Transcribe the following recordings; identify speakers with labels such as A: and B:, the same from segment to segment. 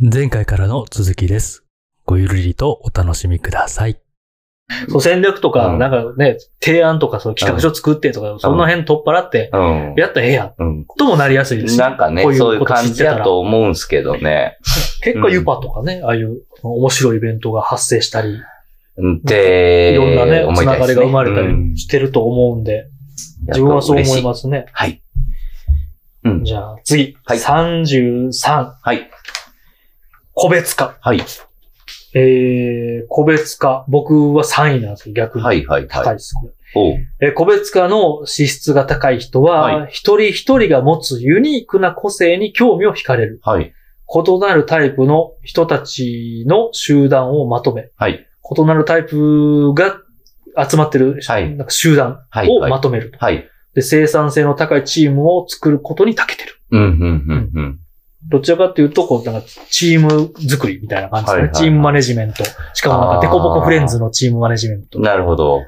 A: 前回からの続きです。ごゆるりとお楽しみください。
B: そう戦略とか、
C: うん
B: なんかね、提案とか、その企画書作ってとか、その辺取っ払って、
C: うん。
B: やったらええやん。
C: うん。
B: ともなりやすいですし。
C: なんかね
B: こう、いう
C: そういう
B: こと
C: 感
B: 知って
C: じ
B: たら
C: だと思うんすけどね。
B: 結構ユパとかね、ああいう面白いイベントが発生したり、
C: で、
B: いろんなね、
C: 思
B: つ
C: い
B: な
C: た
B: い
C: で
B: が
C: す
B: りが生まれた
C: うん
B: りしてると思うんで、自分はそう思いますね。
C: はい。うん。
B: じゃあ次、
C: はい
B: 33、
C: はい。
B: 個別化。
C: はい。
B: えー、個別化。僕は3位なんですよ、逆に。
C: はい、はい、
B: 高い
C: はい。
B: ですね。
C: おう
B: えー個別化の資質が高い人
C: は
B: は、一人一人が持つユニークな個性に興味を惹かれる。
C: はい。
B: 異なるタイプの人たちの集団をまとめ、
C: はい。
B: 異なるタイプが集まってる、
C: はい
B: なんか集団
C: はい。
B: を
C: はい
B: まとめると、
C: はい。
B: で。生産性の高いチームを作ることに長けてる。
C: うん、うん、うん、うん。
B: どちらかというと、こう、なんか、チーム作りみたいな感じですね。
C: はいはいはい
B: チームマネジメント。しかもなんか、
C: あー
B: デコボコフレンズのチームマネジメント。
C: なるほど。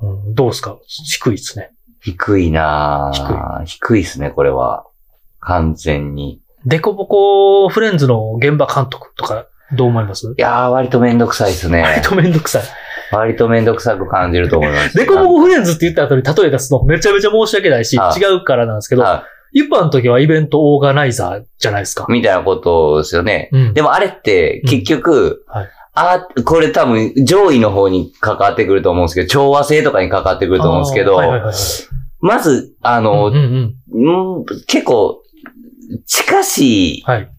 B: うんどうですか低いですね。
C: 低いなぁ低いですね、これは。完全に。
B: デコボコフレンズの現場監督とか、どう思います
C: いやー、割とめんどくさいです
B: 割
C: ね。
B: とめんどくさい。
C: 割とめんどくさく感じると思います。
B: デコボコフレンズって言った後に例え出すのめちゃめちゃ申し訳ないし、
C: はい
B: 違うからなんですけど、
C: は
B: 一般の時はイベントオーガナイザーじゃないですか
C: い。。みたいなことですよね。
B: うん。
C: でもあれって、結局、
B: うんはい
C: あーこれ多分上位の方に関わってくると思うんですけど、調和性とかに関わってくると思うんですけど、
B: あーはいはいはいはい
C: まず、あの、
B: うんうんうん
C: うん結構、近しい、
B: はい。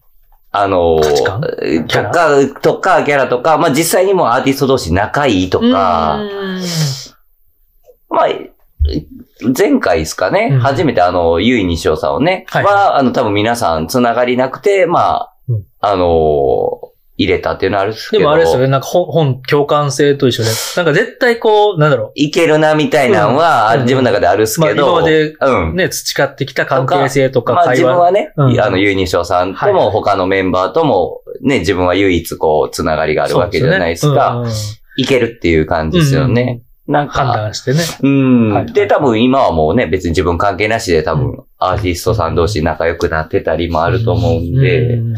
C: あの、
B: 価値観キ
C: と
B: ャラ
C: か、とか、キャラとか、まあ実際にもアーティスト同士仲いいとか、
B: うん
C: まあ、前回ですかね、
B: うん
C: 初めてあの、ゆいにしおさんをね、
B: は
C: はいあの、多分皆さんつながりなくて、まあ、
B: うん
C: あのー入れたっていうのはあるんですけ
B: で
C: ど。
B: もあれですよね、なんか本、本共感性と一緒で、なんか絶対こう、なんだろ
C: いけるなみたいなのは、
B: うん
C: 自分の中であるっすけど。
B: まあ今まで
C: うん
B: う、。ね、培ってきた関係性と
C: ま
B: か
C: あ
B: 会
C: 自分
B: 話。
C: はね、
B: うん
C: あの、ゆいにしおさん
B: は
C: と
B: いはい
C: も他のメンバーとも、ね、自分は唯一こう、つながりがあるわけじゃないです
B: そ
C: か。
B: うですよね
C: いけるっていう感じですよね。なん
B: うん判
C: か、
B: 断してね。
C: うん、
B: はいはい
C: で、多分今はもうね、別に自分関係なしで多
B: う
C: 分、アーティストさん同士仲良くなってたりもあると思うんで、
B: うん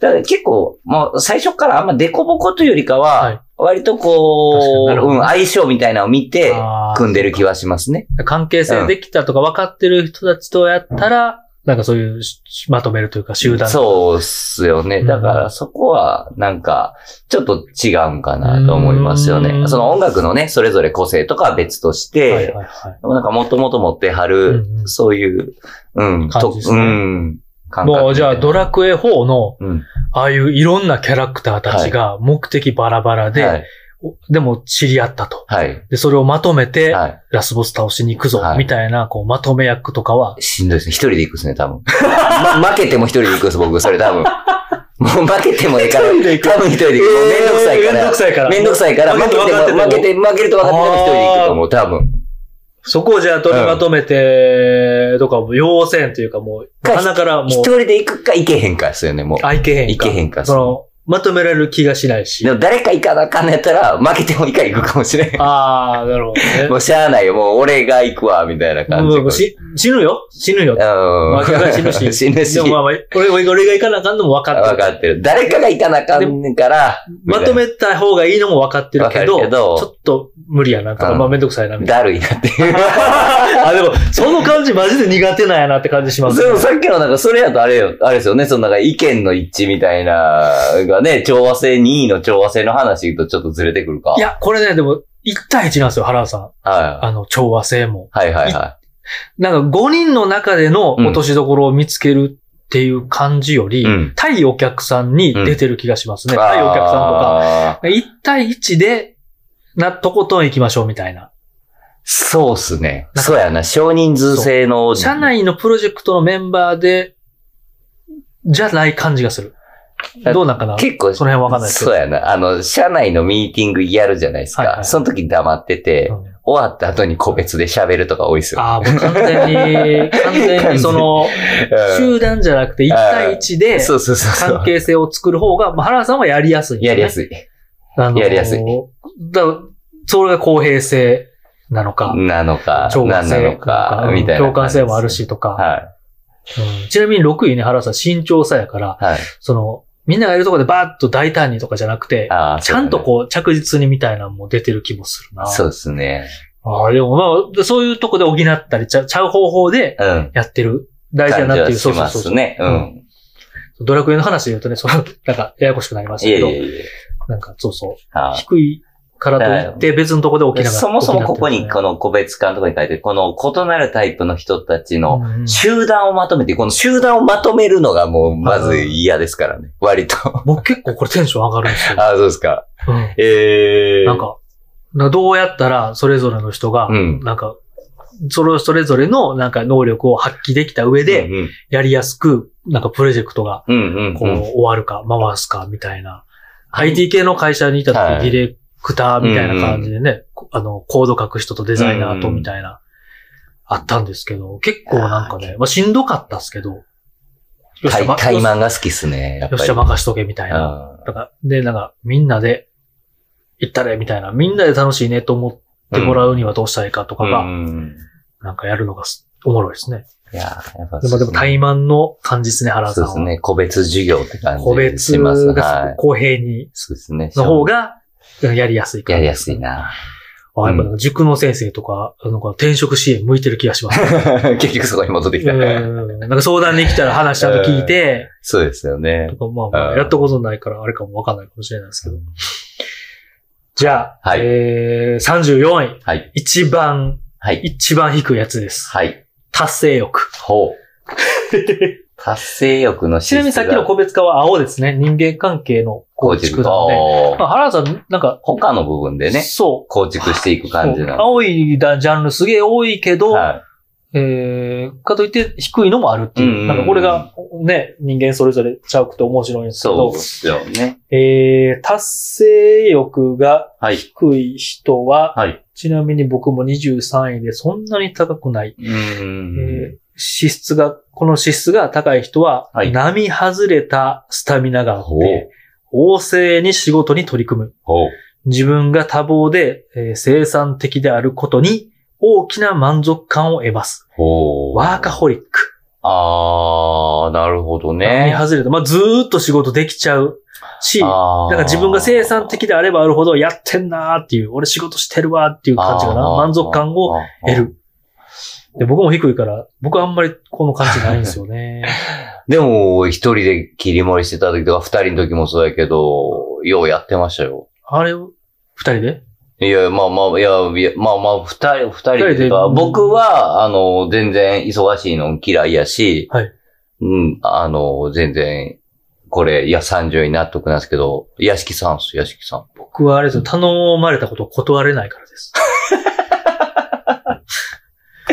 C: だから結構、もう最初からあんまデコボコというよりかは、
B: はい
C: 割と
B: 確かに
C: こう、
B: なるほど
C: うん、相性みたいなのを見て、
B: あー
C: 組んでる気はしますね。
B: 関係性できたとか分かってる人たちとやったら、なんかそういうしまとめるというか集団。
C: そうっすよね。だか
B: うん
C: らそこは、なんか、ちょっと違うんかなと思いますよ
B: う
C: ね。
B: ん
C: その音楽のね、それぞれ個性とかは別とし
B: はい
C: て、
B: はいはい。
C: なんかもともと持ってはる、
B: うんうん
C: そういう、うん、
B: 感じ
C: と
B: で、す
C: う
B: ね
C: ん、感覚
B: もうじゃあドラクエ4の、
C: うん。
B: ああいういろんなキャラクターたちが目的バラバラで、
C: はい。
B: おでも知り合ったと。
C: はい。
B: で、それをまとめて、
C: はい。
B: ラスボス倒しに行くぞ、
C: はい
B: みたいな、こう、まとめ役とかは、
C: しんどいですね。一人で行くっすね、多分。 ま、負けても一人で行くっす、僕、それ 多分。もう負けてもええから。多
B: 一人で行く
C: 分一人で行く。もうめんどくさいか
B: えーめんどく
C: ら。
B: さいから。
C: めんどくさいから、
B: 負
C: 負
B: け
C: け
B: て
C: て
B: も
C: も、
B: 分かってても
C: 負けて、負けると分かってても一人で行くと思う、多分。
B: そこをじゃあ取りまとめて、とか、もう要線というかもう、
C: か
B: 鼻からもう
C: 一、人で行くか行けへんかですよね、もう。
B: あ、いけへんか。
C: いけへんか
B: その、まとめられる気がしないし
C: で。も誰か行かなあかんのやったら、負けてもいいから行くかもしれん。
B: ああ、なるほどね
C: も。うしゃあないよ、もう俺が行くわ、みたいな感じ。
B: もうし死ぬよ死ぬよ。
C: うん。
B: 負けが死ぬし。
C: 死ぬし。
B: でもまあまあ、俺俺俺が行かなあかんのも分かって
C: 分
B: る。
C: かってる。誰かが行かなあかんねんから、み
B: ま
C: たいな
B: とめた方がいいのも分かってるけど、
C: 分かるけど
B: ちょっと無理やなとか、
C: うん
B: まあめんどくさいなみたい
C: だるいなっていう。
B: な。あ、でも、その感じマジで苦手なんやなって感じします
C: で
B: ね、
C: もさっきのなんか、それやとあれよ、あれですよね、そのなんか意見の一致みたいな、がね、調和性、2位の調和性の話とちょっとずれてくるか。
B: いや、これね、でも、1対1なんですよ、原田さん。
C: は
B: あの、調和性も。
C: い。はいはいは
B: なんか5人の中での落としどころを見つけるっていう感じより、
C: い。うん。
B: 対お客さんに出てる気がしますね。対お客さんとか。
C: か。
B: 1対1で、な、とことん行きましょうみたいな。
C: そうっすね。
B: なんか
C: そうやな、少人数制の。
B: 社内のプロジェクトのメンバーで、じゃない感じがする。どうなんかな
C: 結構、
B: その辺わかんないですけど
C: そうやな。あの、社内のミーティングやるじゃないです
B: はいは
C: か。
B: い
C: その時黙ってて
B: う、ん
C: 終わった後に個別で喋るとか多いっすよ。
B: ああ、もう完全に、完全にそ の、
C: うん
B: 集団じゃなくて1対1で、
C: そうそうそうそ
B: 関
C: う。
B: 係性を作る方が、まあ、原田さんはやりやすい、
C: やりやすい。
B: あのー
C: やりやすい。
B: だそれが公平性なのか、
C: なのか、
B: 調和
C: 何な
B: 性
C: のか、みたいな。
B: 共感性もある。しとか、
C: は
B: うんちなみに6位ね、原田さん身長差やから、
C: い。はい。
B: その、みんながいるところでバーッと大胆にとかじゃなくて、
C: ああ
B: ちゃんとこう着実にみたいなのも出てる気もするな。
C: そうですね。
B: ああ、でもまあで、そういうとこで補ったりちゃう、ちゃう方法で
C: うん。
B: やってる。大事だなっていう、
C: 感じはし
B: そう
C: ま
B: そう
C: す
B: そう。
C: ね。うん。
B: ドラクエの話で言うとね、その、 なんか、ややこしくなりまし
C: い
B: た
C: え
B: け
C: い
B: ど、
C: えいえ。
B: なんか、そうそう。
C: ああ
B: 低いからといって別のとこで起きながら。
C: そもそもここ
B: 起き
C: に
B: なか
C: こ
B: っ
C: の個別感とかに書いてる、この異なるタイプの人たちの
B: たですね、うんうん
C: 集団をまとめて、この集団をまとめるのがもうまず嫌ですからね。割と。
B: 僕結構これテンション上がるんですよ。
C: ああ、そうですか。
B: うん
C: ええー。
B: なん、か、などうやったらそれぞれの人が、
C: うん
B: なんか、それそれぞれのなんか能力を発揮できた上で、
C: うん
B: やりやすく、なんかプロジェクトが
C: うん、うん
B: こ
C: う
B: う、
C: ん。
B: 終わるか、回すか、みたいな。IT 系の会社にいた時、
C: は
B: デ
C: い
B: ィレクターみたいな感じでね、こあの、コード書く人とデザイナーとみたいな、あったんですけど、結構なんかね、まあしんどかったっすけど、よっしゃ
C: 対
B: ま
C: 対マンが好きっすね。やっぱ
B: よっ
C: り。
B: しゃ任しとけ、みたいな。
C: あ
B: だから、で、なんか、みんなで、行ったれ、みたいな。みんなで楽しいねと思ってもらうにはどうしたらいいかと
C: あ
B: かが、
C: うん
B: なんかやるのがすおもろいですね。
C: いやーやっぱ
B: でも、でも、
C: 対
B: 怠慢の感じですね、原
C: そ
B: さ
C: うんです
B: は。
C: ね。個別授業って感
B: 個
C: じ
B: 別
C: します。は
B: が
C: い。
B: 公平に、
C: そうですね。
B: の方が、やりやすいから。
C: やりやすい。な。
B: あ、やっぱなんか塾の先生とか、あの、転職支援向いてる気がし ます。
C: 結局そこに戻ってき
B: う
C: た。
B: ん。なんか相談に来たら話ちゃんと聞いて、
C: そうですよね
B: と。か、まあま
C: う
B: あ、
C: ん
B: やったことないから、あれかもわかんないかもしれないですけど。じゃあ、
C: はい
B: えー、34位。
C: はい。
B: 一番、
C: はい。
B: 一番低いやつです。
C: はい。
B: 達成欲。
C: ほう。達成欲の
B: ちなみにさっきの個別化は青ですね。人間関係の構築なので。
C: 構
B: まあ、原田さん、なんか、
C: 他の部分でね、
B: そ。
C: 構築していうく感じなの。
B: 青いだジャンルすげえ多いけど、
C: は
B: えー、かといって低いのもあるっていう。
C: うんうんうん
B: なんかこれが、ね、人間それぞれちゃうくて面白いんで
C: い。
B: すけ
C: そう
B: ど
C: で、すよね。
B: えー、達成欲が
C: はい。
B: 低い人は、
C: はい。
B: ちなみに僕も23位でそんなに高くない。
C: うーん。
B: えー資質が、この資質が高い人は、
C: はい
B: 並外れたスタミナがあっ
C: ほう。
B: て、旺盛に仕事に取り組む。
C: ほう。
B: 自分が多忙で、えー生産的であることに大きな満足感を得ます。
C: ほう。
B: ワーカホリック。
C: あー、なるほど
B: 並
C: ね。
B: 外れた。まあ、ずーっと仕事できちゃうし、なん
C: なん
B: か自分が生産的であればあるほどやってんなーっていう、俺仕事してるわーっていう感じかな。
C: あー
B: 満足感を得。
C: あー
B: る。で、僕も低いから、僕はあんまりこの感じないんですよ ね。
C: でも、一人で切り盛りしてた時とか、二人の時もそうやけど、ようやってましたよ。
B: あれを、二人で
C: いや、まあまあ、いや、いやまあまあ、二人、二人
B: 二人
C: で
B: で
C: か、僕は、あの、全然忙しいの嫌いやし、
B: はい
C: うん、あの、全然、これ、いや、30に納得なんですけど、屋敷さんっす、屋敷さん。
B: 僕はあれですよ、頼まれたことを断れないからです。
C: い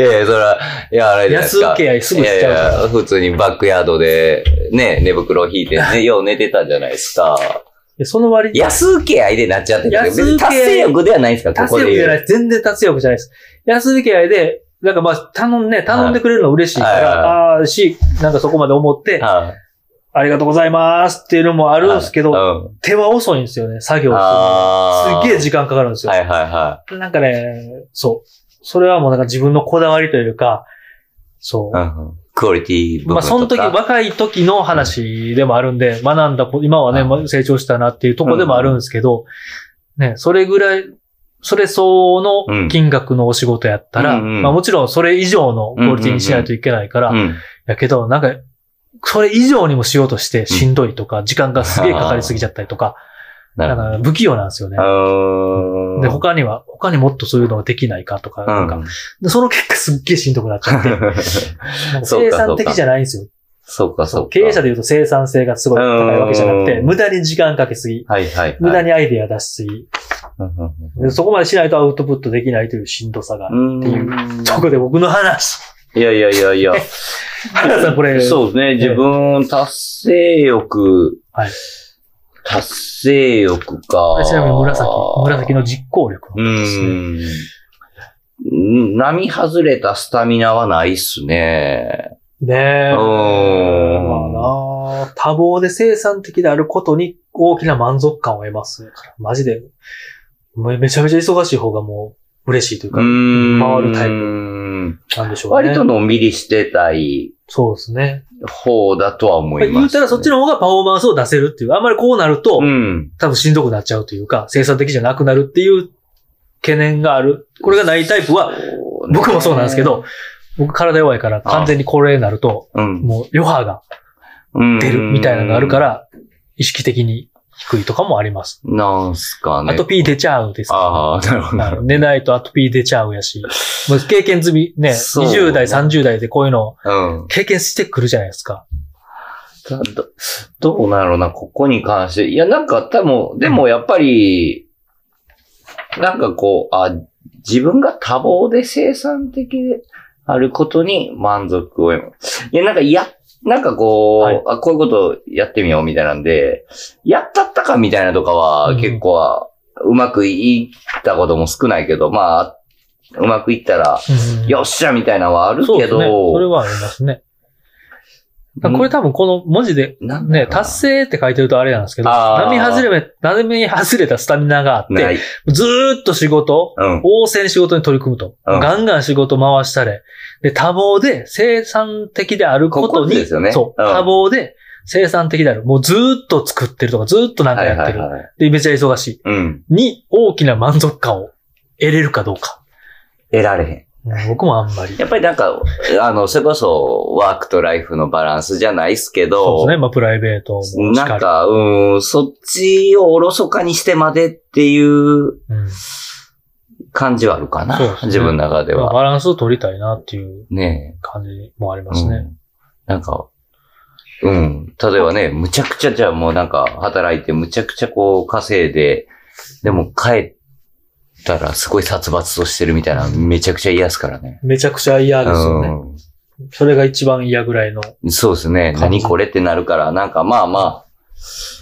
C: やいや、そら、いや、あれじゃないで
B: 安
C: すか。
B: 請け合いすぐしちゃうから。
C: いやいや、普通にバックヤードで、ね、寝袋を引い て、ね、よう寝てたじゃないですか。
B: でその割に、
C: 安請け合いでなっちゃってるんですけど、別
B: 安請け合
C: に達
B: い
C: 成欲ではないんですか、こ
B: 達
C: こ
B: 成
C: で
B: 力じ
C: 言
B: ゃな
C: う。
B: いです。全然達成力じゃないです。安請け合いで、なんかまあ、頼んね、頼んでくれるのは嬉しいから、
C: はい
B: ああー、し、なんかそこまで思って、
C: はい
B: ありがとうございますっていうのもあるんですけど、
C: うん
B: 手は遅いんですよね、作業するの
C: あ
B: に
C: ー
B: すっげえ時間かかるんですよ。
C: はいはいは
B: なんかね、そう。それはもうなんか自分のこだわりというか、そう。
C: い。うんうんクオリティ部分とか。
B: まあ、その時、若い時の話でもあるんで、学んだこ、今はね、
C: うん
B: ま成長したなっていうとこでもあるんですけど、ね、それぐらい、それ相応
C: うん
B: の金額のお仕事やったら、
C: うんうん
B: まあもちろんそれ以上のクオリティにしないといけないから、
C: うん
B: やけど、なんか、それ以上にもしようとしてしんどいとか、時間がすげえかかりすぎちゃったりとか、
C: な
B: な
C: る
B: ん
C: ほど。
B: か不器用なんですよね。
C: うーん
B: で、他には、他にもっとそういうのができないかとか、なん か、
C: う
B: でその結果すっげえしんどくなっちゃって、なんか
C: んそう
B: 生
C: か そう
B: 産
C: か
B: 的じゃないんですよ。
C: そうか、そうか。
B: 経営者で言うと生産性がすごい高いわけじゃなくて、
C: うん
B: 無駄に時間かけすぎ、
C: はいはいはい。
B: 無駄にアイデア出しすぎ、
C: うんうん
B: でそこまでしないとアウトプットできないというしんどさがある。
C: うん。
B: っていう
C: うん
B: そこで僕の話。
C: いやいやいやいや。
B: 原さんこれ
C: そうですね。自分、達成欲。
B: はい
C: 達成欲か。
B: ちなみに紫、紫の実行力
C: う
B: のことですね。
C: ん。うん並外れたスタミナはないっすね。
B: ね
C: う
B: え。
C: ん。
B: まあな多忙で生産的であることに大きな満足感を得ますから。マジで。めめちゃめちゃ忙しい方がもう、嬉しいというか、
C: ん
B: 回るタイ
C: プ。
B: なんでしょうね。
C: 割とのんびりしてたい
B: そうですね。
C: 方だとは思いま
B: 言
C: す、
B: うたらそっち
C: の
B: の方がパフォーマンスを出せるっていう。あんまりこうなると、
C: うん。
B: 多分しんどくなっちゃうというか、生産的じゃなくなるっていう懸念がある。これがないタイプは、
C: そうね
B: 僕もそうなんですけ、ど、僕体弱いから完全にこれになると、
C: うん。
B: もう余波が出るみたいなのがあるか。ら、意識的に低いとかもあります。
C: なんすかね。
B: アトピー出ちゃうです。
C: ああ、なるほどなるほ
B: 寝ないとアトピー出ちゃうやし、もう経験済み、ね、
C: そう
B: 20代、30代でこういうのを
C: ど。うん。
B: 経験してくるじゃないですか。
C: ただどうなのな、ここに関して。いや、なんか多分、でもやっぱり、なんかこう、あ、自分が多忙で生産的であることに満足を得いや、なんか、いや、なんかこう、
B: はい
C: あ、こういうことやってみようみたいなんで、やったったかみたいなとかは、
B: うん
C: 結構は、うまくいったことも少ないけど、まあ、うまくいったら、よっしゃみたいなのはある
B: そう
C: け
B: です
C: ど、
B: ね。それはありますね。だからこれ多分この文字で
C: なんだ
B: ね、
C: ろうな
B: 達成って書いてるとあれなんですけど、
C: あー
B: 波外れ、波外れたスタミナがあっ
C: な
B: て、
C: い。
B: ずーっと仕事、
C: うん。
B: 応戦仕事に取り組むと。
C: うん
B: ガンガン仕事回したれ。で、多忙で生産的であること
C: ここ
B: に、
C: ですよね
B: そう、
C: うん
B: 多忙で生産的である。もうずーっと作ってるとか、ずーっとなんかやってる。
C: はいはいはい。
B: で、めちゃ忙し
C: うん。
B: い。に、大きな満足感を得れるかどうか。
C: 得られへん。
B: うん僕もあんまり。
C: やっぱりなんか、あの、それこそ、ワークとライフのバランスじゃないっすけ
B: そう
C: ど、
B: ですね。まあ、プライベートもしかり。
C: なんか、うん、そっちをおろそかにしてまでっていう
B: うん
C: 感じはあるかな。
B: そうですね
C: 自分の中で
B: まあ
C: は。
B: バランスを取りたいなっていう
C: ね
B: 感じもあり
C: え、
B: ますね。
C: うんなんか、うん。例えばね、むちゃくちゃじゃあもうなんか働いてむちゃくちゃこう稼いで、でも帰ったらすごい殺伐としてるみたいなめちゃくちゃ嫌っすからね。
B: めちゃくちゃ嫌ですよね。
C: ん。
B: それが一番嫌ぐらいの。
C: そうですね。
B: 感じ
C: 何これってなるから、なんかまあまあ、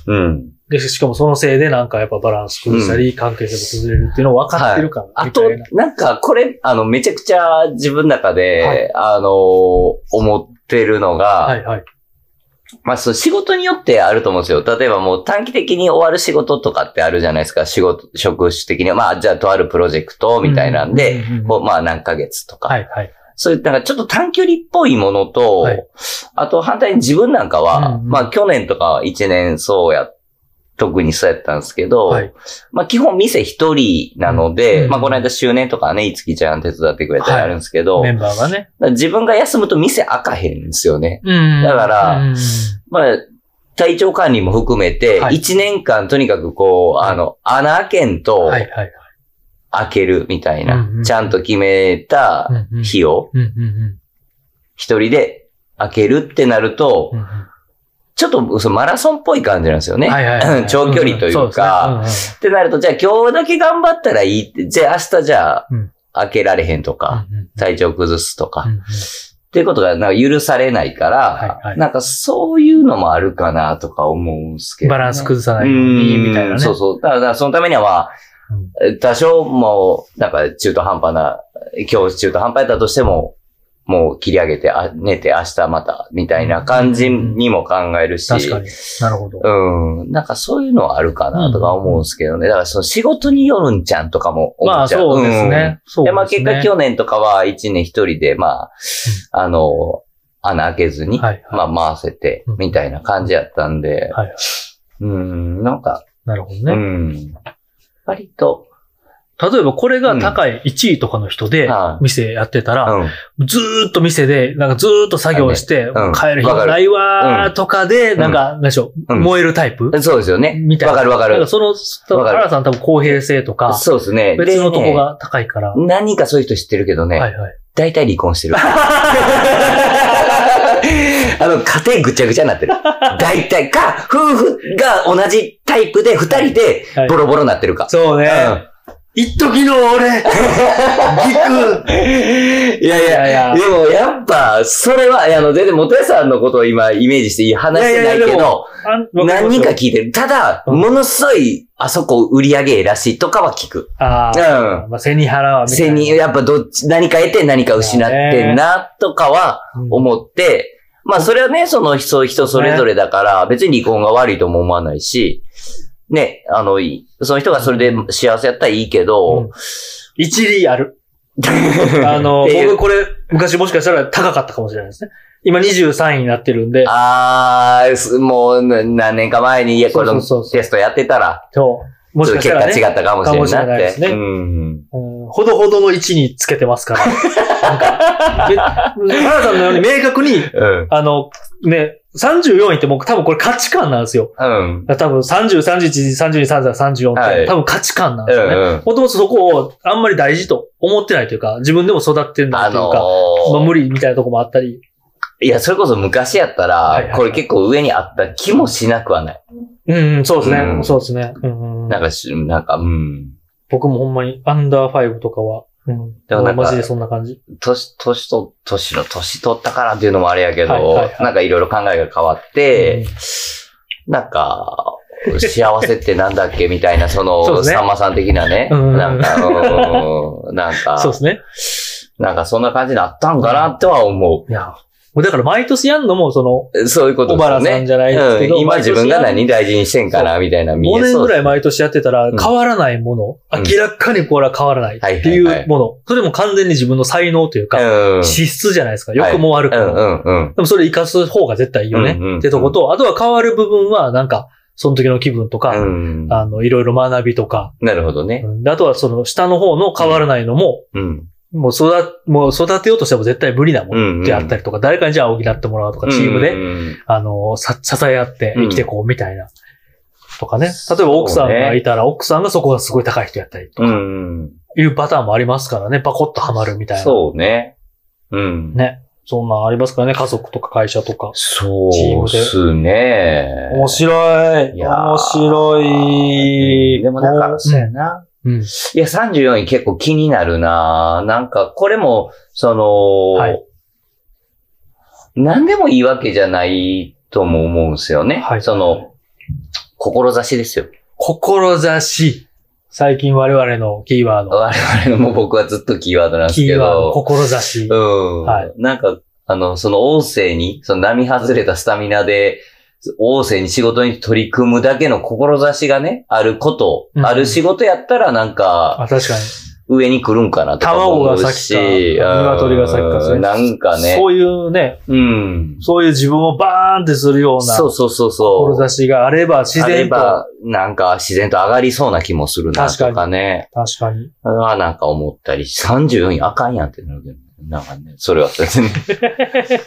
C: うん。
B: で、しかもそのせいでなんかやっぱバランス崩したり、関係性が崩れるっていうのを分かってるから。
C: あ
B: みた
C: と
B: いな、
C: なんかこれ、あの、めちゃくちゃ自分の中で、
B: はい
C: あの、思ってるのが、
B: はいはい。
C: まあ、そう、仕事によってあると思うんですよ。例えばもう短期的に終わる仕事とかってあるじゃないですか。仕事、職種的には。まあ、じゃあとあるプロジェクトみたいなんで、
B: うううん
C: こうまあ何ヶ月とか。
B: はいはい。
C: そういう、なんかちょっと短距離っぽいものと、
B: はい
C: あと反対に自分なんかは、
B: うんうん
C: まあ去年とか1年そうや、特にそうやったんですけど、
B: はい
C: まあ基本店一人なので、
B: うん
C: まあこの間周年とかね、いつきちゃん手伝ってくれたりあるんですけど、
B: メンバーがね。
C: だから自分が休むと店開かへんんですよね。
B: うん
C: だから
B: うん
C: まあ体調管理も含めて、
B: はい
C: 1年間とにかくこう、あの、穴開けんと
B: はいはい。
C: 開けるみたいな、
B: うんうん
C: ちゃんと決め
B: う
C: た
B: んうん
C: 日を
B: うんうんうん
C: 一人で開けるってなると、
B: うんうん
C: ちょっとそのマラソンっぽい感じなんですよね。
B: はいはいはい。
C: 長距離という
B: ん
C: か、
B: ん、そ
C: ってなると、じゃあ今日だけ頑張ったらいいって、じゃあ明日じゃあ
B: うん
C: 開けられへんとか、
B: うですねうんうんうん
C: 体調崩すとか、
B: う
C: っ
B: んうん
C: ていうことがなんか許されないから、
B: はいはい
C: なんかそういうのもあるかなとか思うんですけどね、
B: バランス崩さ
C: さ
B: ないように、みたいなね。
C: そうそう。だからだからそのためにはまあ、多少もう、なんか中途半端な、今日中途半端やったとしても、もう切り上げて、あ寝て明日また、みたいな感じにも考えるし、
B: 確かに。なるほど。
C: うん。なんかそういうのはあるかなとか思うんですけどね。だからその仕事によるんちゃんとかも
B: ま
C: 思
B: あ
C: っちゃう。
B: そうですね。そ
C: うん。
B: うで
C: で、
B: すね。
C: まあ結果去年とかは一年一人で、まあ、あの、穴開けずに、
B: はいはい
C: まあ回せて
B: うん、
C: みたいな感じやったんで、
B: はい
C: うん、なんか、
B: なるほど
C: う
B: ね。
C: ん。割と、
B: 例えばこれが高い1位とかの人で
C: は、い
B: 店やってたら、
C: うん。
B: ずーっと店で、なんかずーっと作業して、
C: はいねうん
B: 帰る日
C: わか
B: が
C: る
B: ないわーとかで、
C: うん
B: なんか、なんでしょう、
C: うん
B: 燃えるタイプ、
C: そうですよね。
B: みたいな。
C: わかるわか
B: なん
C: る
B: か。その、多分
C: わかる
B: 原さん多分公平性とか、
C: そうですね。
B: 別のとこ
C: でね。
B: が高いから。
C: 何人かそういう人知ってるけど
B: は
C: ね、
B: いはい。
C: 大体離 婚してる。あの、家庭ぐちゃぐちゃになってる。大体か、夫婦が同じタイプで二人で
B: はい
C: ボロボロになってるか。
B: そうね。一時の俺、
C: うん いやい
B: いや
C: や、
B: い
C: でもやっぱ、それは、あの、全然、元谷さんのことを今イメージして話してない
B: いやいや
C: け
B: で
C: ど、
B: あん
C: 何人か聞いてる。ただ、
B: うん
C: ものすごい、あそこ売り上げえらしいとかは聞く。
B: ああ、
C: う
B: まあ、背に腹はみたい
C: せ
B: な
C: に、やっぱどっち、何か得て何か失ってんな、とかは
B: うん
C: 思って、まあそれはね、その人、人それぞれだから、別に離婚が悪いとも思わないし、ね、あの、いいその人がそれで幸せやったらいいけど、
B: 一理ある。あの、
C: っていう
B: 僕これ、昔もしかしたら高かったかもしれないですね。今23位になってるんで、
C: あーす、もうな何年か前に、いや、これ
B: そう
C: の
B: そうそうそう
C: テストやってたら、
B: そう。も
C: ち
B: し
C: ょっ
B: か
C: と
B: し
C: 結
B: たら
C: 果
B: ね、
C: 違ったかもしれん
B: かもしれない
C: ないって。
B: ですね
C: うん。
B: うんほどほどの位置につけてますから。なんか、め原田さんのように明確に、
C: うん。
B: あの、ね、34位ってもう多分これ価値観なんですよ。
C: うん。
B: 多分30、31、32、33、34って、
C: はい
B: 多分価値観なん
C: う
B: ですよね。
C: ん。
B: もともとそこをあんまり大事と思ってないというか、自分でも育ってんだと
C: あ
B: い
C: の
B: うか、まあ、
C: ー
B: 無理みたいなとこもあったり。
C: いや、それこそ昔やっ
B: は
C: た
B: いはい
C: ら
B: は、い
C: これ結構上にあった気もしなくはない。
B: うん、うんそうですね。
C: うん
B: そうですね、うんうん
C: なんかし、なんか、うん。
B: 僕もほんまにアンダーファイブとかは、うん。
C: でもなんか
B: マジでそんな感じ。
C: 年、年と、年の年取ったからっていうのもあれやけど、
B: はいはいはい
C: なんかいろいろ考えが変わって、なんか、幸せってなんだっけみたいな、そ
B: そう
C: の、
B: ですね
C: さんまさん的なね、
B: うん
C: なんか、うんなんか、
B: そうですね。
C: なんかそんな感じになったんかなとは思
B: いや、もうだから毎年やんのも、その、
C: う。そういうこと
B: 小
C: です
B: 原
C: よ
B: さん
C: ね。
B: じゃないですけど、
C: うん、今自分が何大事にしてんかなみたいな見
B: 5
C: え
B: 年
C: そう
B: ぐら
C: で
B: い毎年やってたら
C: うん
B: 変わらないもの、
C: うん
B: 明らかにこれは変わらないって
C: はいはい
B: い
C: はいう
B: もの、それも完全に自分の才能という
C: す
B: か、
C: うん。
B: 資質じゃないですか。良くも悪く
C: う
B: も。
C: んうんうん。
B: でもそれ活かす方が絶対いいよね。
C: うんうん
B: ってとこと、あとは変わる部分は、なんか、その時の気分とか、
C: うん
B: あの、いろいろ学びとか、
C: なるほどね
B: う。んであとはその下の方の変わらないのも、
C: うん。
B: もう育、もう育てようとしても絶対無理なも
C: うんうん
B: んであったりとか、誰かにじゃあ補ってもらうとか、チームで、
C: うんうんうん
B: あの、さ、支え合って生きてこうみたいな。とかね。例えば奥さんがいたら、奥さんがそこがすごい高い人やったりと
C: う
B: か、
C: んうん。
B: いうパターンもありますからね。パコッとハマるみたいな。
C: そうね。うん。
B: ね。そんなんありますからね。家族とか会社とか。
C: そうですね。
B: 面白い。
C: いやー
B: 面白い。
C: でもなんか、そうや
B: う
C: な。
B: ん。うん。
C: いや、34位結構気になるななんか、これも、その、
B: はい
C: 何でもいいわけじゃないとも思うんですよね。
B: はい
C: その、志ですよ。
B: 志。最近我々のキーワード。
C: 我々のもう僕はずっとキーワードなんです
B: キ
C: け
B: ーワード、
C: ど。
B: 志。
C: うん。
B: はい
C: なんか、あの、その音声に、その並外れたスタミナで、音声に仕事に取り組むだけの志がね、あること、
B: うん
C: ある仕事やったらなんか、
B: あ、確かに。
C: 上に来るんかなとかも思うし。
B: 卵が先か
C: うん
B: 鶏が先かそれ
C: なんかね。
B: そういうね、
C: うん。
B: そういう自分をバーンってするような
C: そうそうそうそう。
B: 志があれば自
C: あれ
B: 然と。
C: ば、なんか自然と上がりそうな気もするな
B: 確か
C: と
B: に
C: かね。
B: 確かに。
C: あーなんか思ったり、34位あかんやんってなるけど。なんかね、それはそれでね。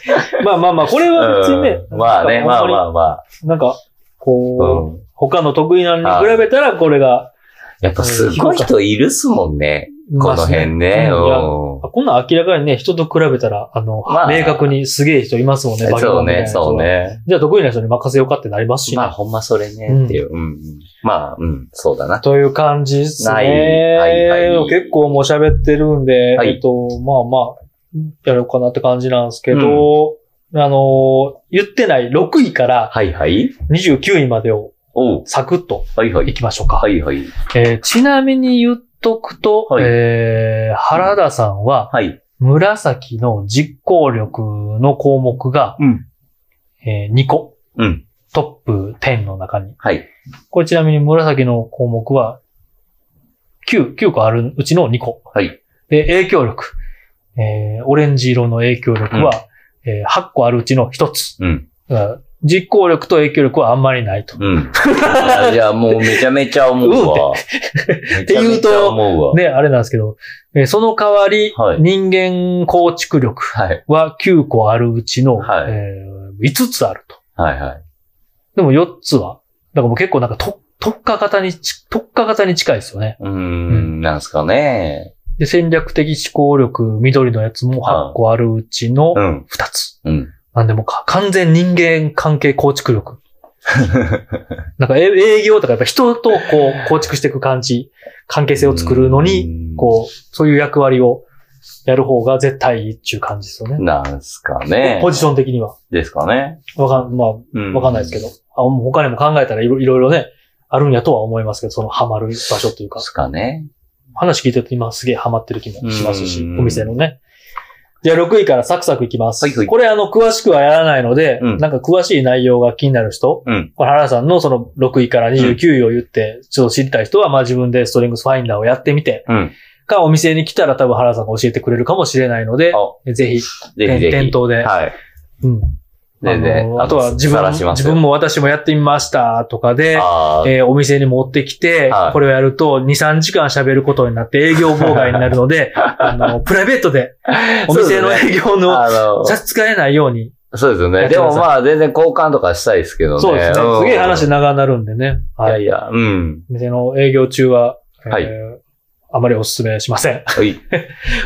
B: まあまあまあ、これは別にね。
C: うんまあね、まあまあまあ。
B: あ。なんか、こう、
C: うん
B: 他の得意なのに比べたらこれが、
C: やっぱすごい人いるっすもんね。
B: い
C: こ
B: ま
C: の
B: すね
C: 辺ね。
B: うんいや
C: うん
B: こんなん明らかにね、人と比べたら、あの、
C: まあ
B: 明確にすげえ人いますもんね、化け
C: そ
B: 物
C: う
B: みたい
C: ね、
B: な
C: そう。ね。
B: じゃあ得意な人に任せようかってなりますしね。
C: まあほんまそれねっていう。うんうんまあ、うん、そうだな。
B: という感じですね。
C: はいはいはい
B: 結構もう喋ってるんで、
C: はい
B: えっと、まあまあ、やろうかなって感じなんですけど、あのー、言ってない6位から
C: はいはい。
B: 29位までを
C: おう
B: サクッと
C: はいはい
B: い。きましょうか。
C: はいはい。
B: えーちなみに言っとくと、
C: はい
B: えー原田さんは
C: はい。
B: 紫の実行力の項目が、
C: うん
B: え2個、
C: うん
B: トップ10の中に
C: はい。
B: これちなみに紫の項目は、9、9個あるうちの2個。
C: はい。
B: で、影響力。えー、オレンジ色の影響力は、えー8個あるうちの1つ。
C: うん。
B: だから実行力と影響力はあんまりないと。
C: うん。 あじゃあもうめちゃめちゃ思う わ。
B: て
C: めちゃめちゃ思うわ。
B: ね、あれなんですけど、えーその代わり、
C: はい
B: 人間構築力
C: はい。
B: は9個あるうちの、
C: はい
B: えー5つあると。
C: はいはい。
B: でも4つは、だからもう結構なんかと特化型にち、特化型に近いですよね。
C: うーん、なんすかね。
B: で、戦略的思考力、緑のやつも8個あるうちの
C: うん。
B: 2つ。
C: うん。
B: なんでもか、完全人間関係構築 力。なんかえ営業とかやっぱ人とこう構築していく感じ、関係性を作るのに、
C: うん
B: こう、そういう役割をやる方が絶対いいっていう感じですよね。
C: なんすかね。
B: ポジション的には。
C: ですかね。
B: わかん、まあ、
C: うん
B: わかんないですけど。あもう他にも考えたらいろいろいろね、あるんやとは思いますけど、そのハマる場所というか
C: で。すかね。
B: 話聞いてると今すげえハマってる気もしますし、
C: うん
B: お店のね。じゃあ6位からサクサクいきます。
C: はいはい
B: これあの、詳しくはやらないので、
C: うん
B: なんか詳しい内容が気になる人、
C: うん
B: これ原田さんのその6位から29位を言って、ちょっと知りたい人は、まあ自分でストリングスファインダーをやってみて、
C: うん。
B: か、お店に来たら多分原田さんが教えてくれるかもしれないので、ぜひ、
C: ぜひぜひ。
B: 店頭で
C: はい。
B: うん。
C: 全
B: あ
C: 然
B: の。あとは自分
C: 晒します
B: 自
C: よ
B: 分も私もやってみましたとかで、
C: あー
B: えーお店に持ってきて
C: はい、
B: これをやると2、3時間喋ることになって営業妨害になるの で、あの、プライベートでお店の
C: そうですね
B: 営業の
C: あの、
B: 差し支えないように。
C: そうですよ
B: や
C: ね。
B: って
C: で
B: ください
C: もまあ、全然交換とかしたいですけどね。
B: そうですね。
C: ん
B: すげえ話。長なるんでね。
C: い
B: は
C: や
B: い。
C: いや、うん。
B: 店の営業中は、えー
C: はい
B: あまりお勧めしません。
C: はい。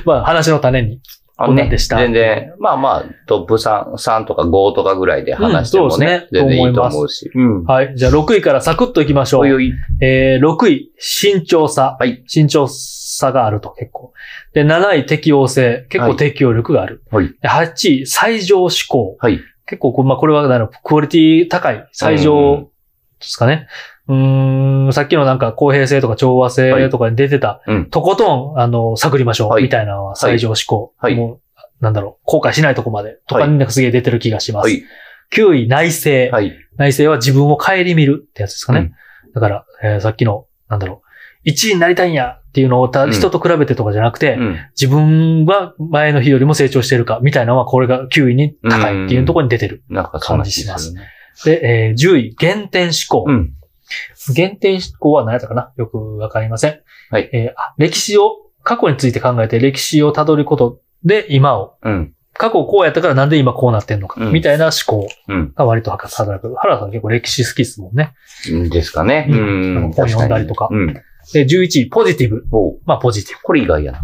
B: まあ、話の種に。
C: あ
B: こんなんでした
C: 全然、まあまあ、トップ3、3とか5とかぐらいで話してもね、
B: うんそうですね
C: 全然いい
B: と
C: と
B: 思います
C: 思うし。うん。
B: はい。じゃあ、6位からサクッといきましょ。
C: おいうおい。
B: えー、6位、慎重さ。
C: はい
B: 慎重さがあると、結構。で、7位、適応性。結構適応力がある。
C: はい
B: で8位、最上志向。
C: はい。
B: 結構こう、まあ、これは、あの、クオリティ高い、最
C: うん
B: 上ですかね。うーん、さっきのなんか公平性とか調和性とかに出てた、
C: うん
B: とことん、あの、探りましょう、
C: はい
B: みたいなのは最上志向。
C: はい
B: もう、なんだろう、後悔しないとこまで、とかになんかすげえ出てる気がします。
C: はい。
B: 9位、内政。
C: はい。
B: 内政は自分を顧みるってやつですかね。
C: うん
B: だから、えーさっきの、なんだろう、1位になりたいんやっていうのをた、
C: うん
B: 人と比べてとかじゃなくて、
C: うん。
B: 自分は前の日よりも成長してるかみたいなのは、これが9位に高いっていうところに出てる。
C: なんかそんな気がするね。
B: で、えー10位、原点思考。
C: うん。
B: 原点思考は何やったかなよくわかりません。
C: はい
B: えーあ歴史を、過去について考えて歴史をたどることで今を、
C: うん。
B: 過去こうやったからなんで今こうなってんのか、
C: うん
B: みたいな思考
C: うん。
B: が割と働く。原田さん結構歴史好きですもんね。
C: ですかね。
B: う
C: うんん。
B: 本読んだりとか
C: うん。
B: で、11位、ポジティブ。
C: お
B: まあ、ポジティ
C: これ以外やな。っ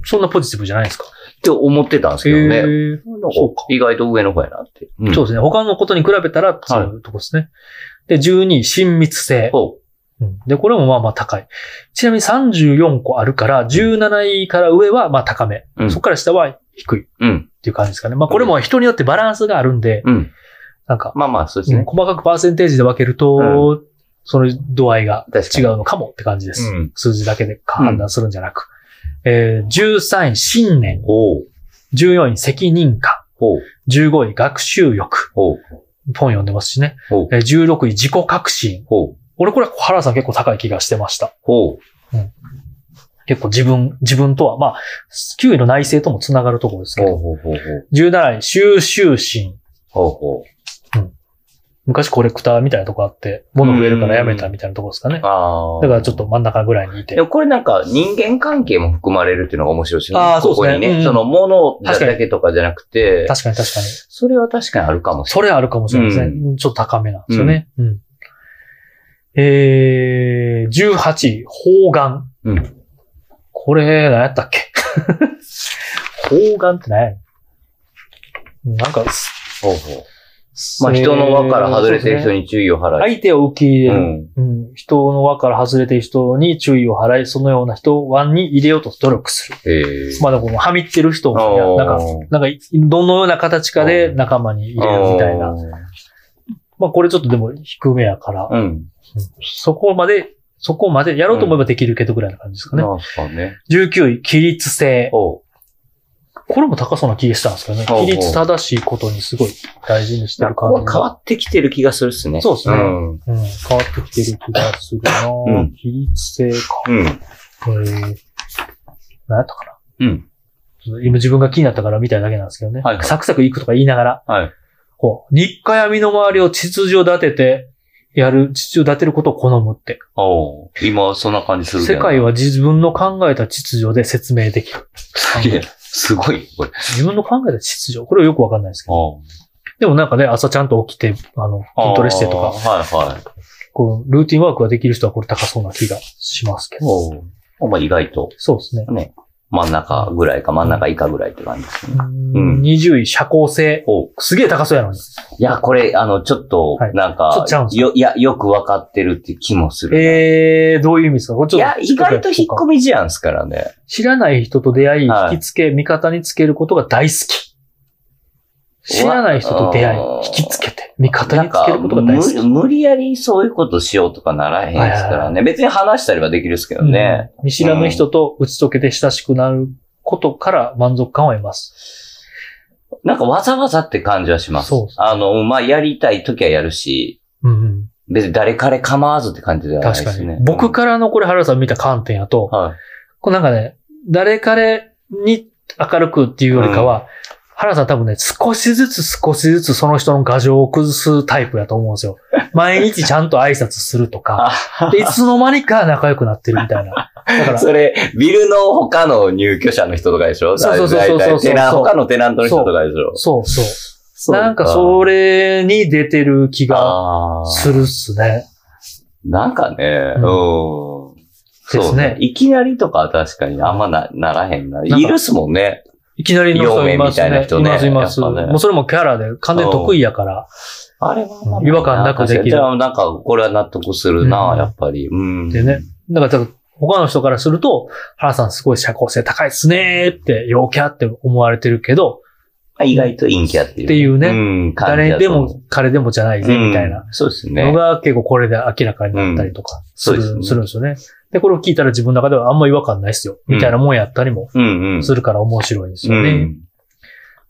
B: ブ。そんなポジティブじゃないですか。
C: て思ってたんですけど
B: へ
C: ね。
B: ーそうか。
C: 意外と上の方やなって。うん
B: そうですね。他のことに比べたら、そういうとこですね。で、12位、親密性。
C: ほ
B: うんで、これもまあまあ高い。ちなみに34個あるから、17位から上はまあ高め。
C: うん
B: そこから下は低いっ
C: う。うん。
B: ていう感じですかね。まあ、これも人によってバランスがあるんで、
C: うん。
B: なんか、
C: まあまあ、そうです
B: うん
C: ね。
B: 細かくパーセンテージで分けると、その度合いが
C: 確か
B: 違う
C: に。
B: のかもって感じです。
C: うん。
B: 数字だけで判断するんじゃなく。えー13位、信念。
C: ほう。
B: 14位、責任感。
C: ほう。
B: 15位、学習欲。
C: ほう。
B: 本読んでますしね。
C: ほう。
B: えー16位、自己革新。
C: ほう。
B: 俺これ、原田さん結構高い気がしてました。
C: ほう。
B: 結構自分、自分とは、まあ、9位の内政とも繋がるところですけ
C: ほう
B: ど。
C: ほうほうほう。
B: 17位、収集心。
C: ほうほ
B: 昔コレクターみたいなとこあって、物増えるからやめたみたいなところですかね。
C: う。ああ。
B: だからちょっ。と真ん中ぐらいにいて
C: で。もこれなんか人間関係も含まれるっていうのが面白いですね。
B: あーそうですね
C: ここに
B: うん
C: その物
B: 確かに
C: だけとかじゃなくて、
B: 確かに確かに。
C: それは確かにあるかもし
B: それ
C: れない。
B: あるかもしれません。
C: う
B: ちょっと高めなんですよね。うん。えー、18位、方眼。
C: うん
B: これ、何やったっけ 方眼って何やねんなんか、
C: ほうほう。まあ人の輪から外れてる人
B: に、
C: に注意を
B: そう
C: 払
B: ですね
C: い。
B: 相手を受け入
C: う
B: れる、
C: ん。
B: うん人の輪から外れてる人に注意を払い、そのような人を輪に入れようと努力する。
C: えー。
B: まあ、だからこのはみってる人を、
C: お
B: な
C: ー
B: んか、なんか、どのような形かで仲間に入れるみたいな。まあ、これちょっとでも低めやから、
C: あー。うん。
B: そこまで、そこまでやろうと思えばできるけどぐらいな感じですかね。
C: なんすかね。
B: 19位、規律性。
C: ほう。
B: これも高そうな気がしたんですけどね。
C: ほうほう
B: 規律正しいことにすごい大事にしてる
C: こ
B: 感
C: こ
B: じ
C: は変
B: が。
C: わってきてる気がするっすね。
B: そうですね
C: うん。う
B: うん、変わってきてる気がするな、
C: ん
B: 規律性か。
C: ん。
B: えー、何やったかな。
C: うん。
B: ちょっと今自分が気になったから見たいだけなんですけどね。
C: はいはい
B: サクサク行くとか言いながら。
C: はい。
B: ほう。日課闇の周りを秩序立てて、やる、秩序立てることを好むって。
C: おう今そんな感じするけ
B: 世
C: ど
B: 界は自分の考えた秩序で説明できる。
C: いやすごい、これ。
B: 自分の考えた秩序。これはよくわかんないですけど。
C: おう
B: でもなんかね、朝ちゃんと起きて、あの、筋トレしてと
C: あ
B: か、
C: ーはいはい。
B: こう、ルーティンワークができる人はこれ高そうな気がしますけど。
C: おうお前意外と
B: そうですね。
C: 真ん中ぐらいか真ん中以下ぐらいって感じですね。
B: うん、20位、社交性。
C: おう
B: すげえ高そうやのに。
C: いや、これ、あの、ちょっと
B: はい、
C: なん
B: ちょっと
C: か
B: ちゃうん、すか
C: よ、いや、よくわかってるって気もするな。
B: えー、どういう意味ですかこれち
C: い
B: ょっ
C: や、意外と引っ込
B: み。
C: み思案ですからね。
B: 知らない人と出会い、
C: はい
B: 引きつけ、味方につけることが大好き。知らない人と出会い
C: あー、
B: 引きつけて、味方
C: なん
B: につけ
C: か
B: ることが大
C: 無
B: 好き。、
C: 無理やりそういうことしようとかならへんですか
B: はいは
C: ら
B: い
C: ね。別に話したりはできるですけどね。
B: うん見知らぬ人と打ち解けて親しくなることから満足感を得ます。
C: なんかわざわざって感じはします。
B: そうそう
C: あの、まあ、やりたい時はやるし、
B: うん
C: 別に誰彼構わずって感じで
B: う
C: は
B: ん。
C: ない
B: 確
C: で
B: か
C: す
B: に。
C: ね。
B: 僕からのこれ、原田さん見た観点やと、
C: ら。はい。
B: こうなんかね、誰彼に明るくっていうよりかは、原田さん多分ね、少しずつ少しずつその人の牙城を崩すタイプやと思うんです よ。毎日ちゃんと挨拶するとか、
C: あ
B: でいつの間にか仲良くなってるみたいな。だから、
C: それ、ビルの他の入居者の人とかでしょ
B: そうそうそう
C: だいたい
B: そうそう
C: テナン他のテナントの人とかでしょ
B: そうそう。
C: そう
B: なんかそれに出てる気が
C: あー
B: するっすね。
C: なんかね、
B: う
C: うんん。
B: すね
C: そうね。いきなりとかは確かにあんまな、ならへんな。い
B: なんか
C: るっすもんね。
B: いきなりの人います
C: 両面みたいな
B: ね。
C: 人
B: い
C: ね
B: ますいます。
C: やっぱね
B: もうそれもキャラで完全に得意やから。
C: あれはあんま
B: 違和感なくできる
C: じゃあなんか、これは納得するな、
B: うん
C: やっぱり。うん。
B: でね。だからちょっと他の人からすると、原さんすごい社交性高いっすねーって、陽キャって思われてるけど、
C: 意外と陰キャってい
B: っ
C: う。
B: ていうね
C: うん、感じ
B: 誰
C: だ
B: で
C: と思う
B: も彼でもじゃないぜ、みたいな
C: うん。そうです
B: の
C: ね。
B: が結構これで明らかになったりとかする,、
C: うんそうですね
B: んですよね。で、これを聞いたら自分の中ではあんま違和感ないっすよ。みたいなもんやったりも
C: うんうん。
B: するから面白いです
C: う
B: よね。
C: ん。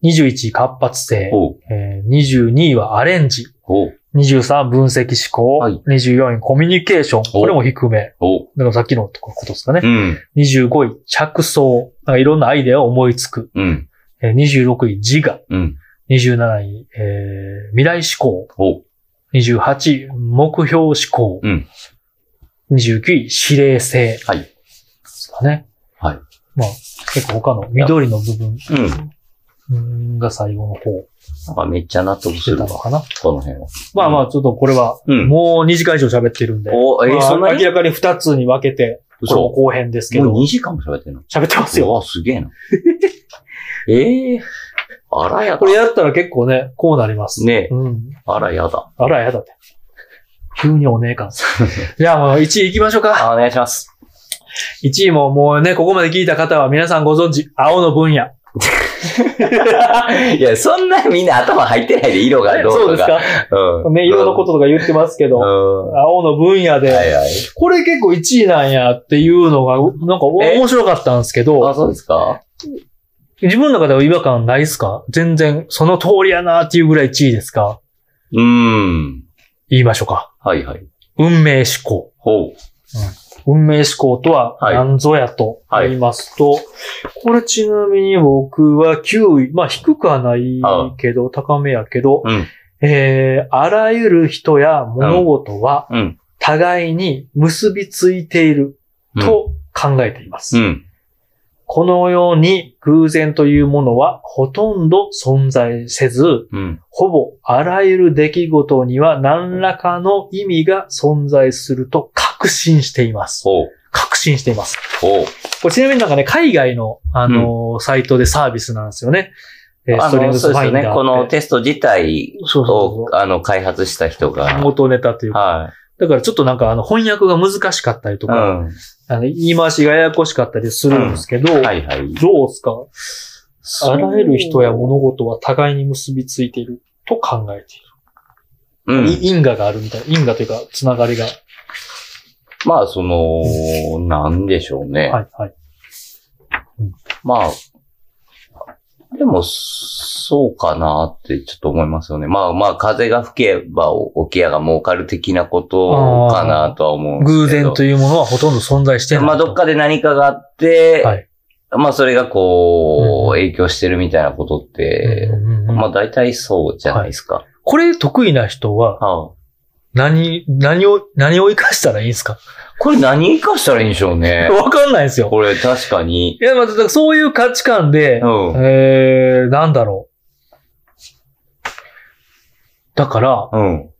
B: 21位活発性、
C: ほう。
B: えー22位はアレンジ、
C: ほう。
B: 23分析思考、
C: はい
B: 24位コミュニケーション、
C: お
B: これも低め。
C: ほう。
B: だからさっきのとこことですかね。
C: うん。
B: 25位着想、なんかいろんなアイデアを思いつく。
C: うん。
B: えー26位自我、
C: うん。
B: 27位、えー未来思考、
C: ほう。
B: 28位、目標思考。
C: うん
B: 29位、指令性。で
C: はい。
B: すかね。
C: はい。
B: まあ、結構他の緑の部分
C: うん。
B: うんが最後の方
C: なんかめっちゃ納得す
B: 出
C: る
B: た
C: わ。
B: の
C: こ
B: かな。
C: の辺は。
B: まあまあ、ちょっとこれは、
C: うん
B: もう2時間以上喋ってるんで。
C: お、え
B: ま
C: ー、
B: あ
C: そんな
B: 明
C: に
B: らかに2つに分けて、これも
C: も
B: 後編ですけ
C: う
B: ど。
C: 2時間も喋ってんの
B: 喋ってますよ。
C: わあ、すげえな。ええあらやだ
B: こ。れやったら結構ね、こうなります。
C: ねえ
B: うん。
C: あらやだ。
B: あら、やだって。急にお姉感。 じゃあもう1位行きましょうか。
C: あ、お願いします。
B: 1位ももうね、ここまで聞いた方は皆さんご存知、青の分野。
C: いや、そんなみんな頭入ってないで、色がどうとか。
B: そうですか
C: うん。
B: ね、色のこととか言ってますけ
C: う
B: ど、
C: ん。は
B: 青の分野
C: い
B: で、
C: はい。
B: これ結構1位なんやっていうのが、なんかお
C: え
B: 面白かったんですけ
C: あ、
B: ど、
C: そうですか
B: 自分の中では違和感ないですか全然、その通りやなっていうぐらい1位ですか
C: うーん。
B: 言いましょうか。
C: はいはい。
B: 運命思考。
C: ほう。
B: 運命思考とは
C: はい
B: 何ぞやと言いますと、これちなみに僕は9位、まあ低くはないけど、高めやけど、
C: うん。
B: えー、あらゆる人や物事は
C: うん。
B: 互いに結びついていると考えています。
C: うん。
B: このように偶然というものはほとんど存在せず、
C: うん。
B: ほぼあらゆる出来事には何らかの意味が存在すると確信しています。
C: ほう。
B: 確信しています。
C: ほう。
B: これちなみになんかね、海外の、あのーサイトでサービスなんですよね。えー
C: あ
B: ストリン
C: の、
B: グ
C: そ
B: ス
C: う
B: フ
C: です
B: ァイ
C: よ
B: ンダーっ
C: ね
B: て。。
C: このテスト自体
B: そうそ
C: を
B: う、
C: あの、開発した人
B: そう。
C: が。
B: 元ネタというか。
C: は
B: だからちょっとなんかあの翻訳が難しかったりと
C: い。う
B: か、
C: ん。
B: あの言い回しがややこしかったりするんですけど、
C: はいはい。
B: どうですかあらゆる人や物事は互いに結びついていると考えている。
C: うん。
B: い因果があるみたいな。因果というか、つながりが。は
C: まあ、その、なんでしょうね。
B: い、はい。
C: まあ、でも、そうかなってちょっと思いますよね。まあまあ、風が吹けば起き屋が儲かる的なことかなとは思うん
B: 偶
C: ですけど。
B: 然というものはほとんど存在してない。
C: まあ、どっ
B: か。
C: かで何かがあって、
B: はい
C: まあ、それがこう、
B: うん
C: 影響してるみたいなことって、
B: うんうんうん
C: まあ、大体そうじゃないですか。
B: これ得意な人は、
C: はい
B: 何、何を、何を活かしたらいいんですか
C: これ何活かしたらいいんでしょうね。
B: わかんないですよ。
C: これ確かに。
B: いや、まあ、だからそういう価値観で、
C: うん
B: えー、なんだろう。だから、
C: うん。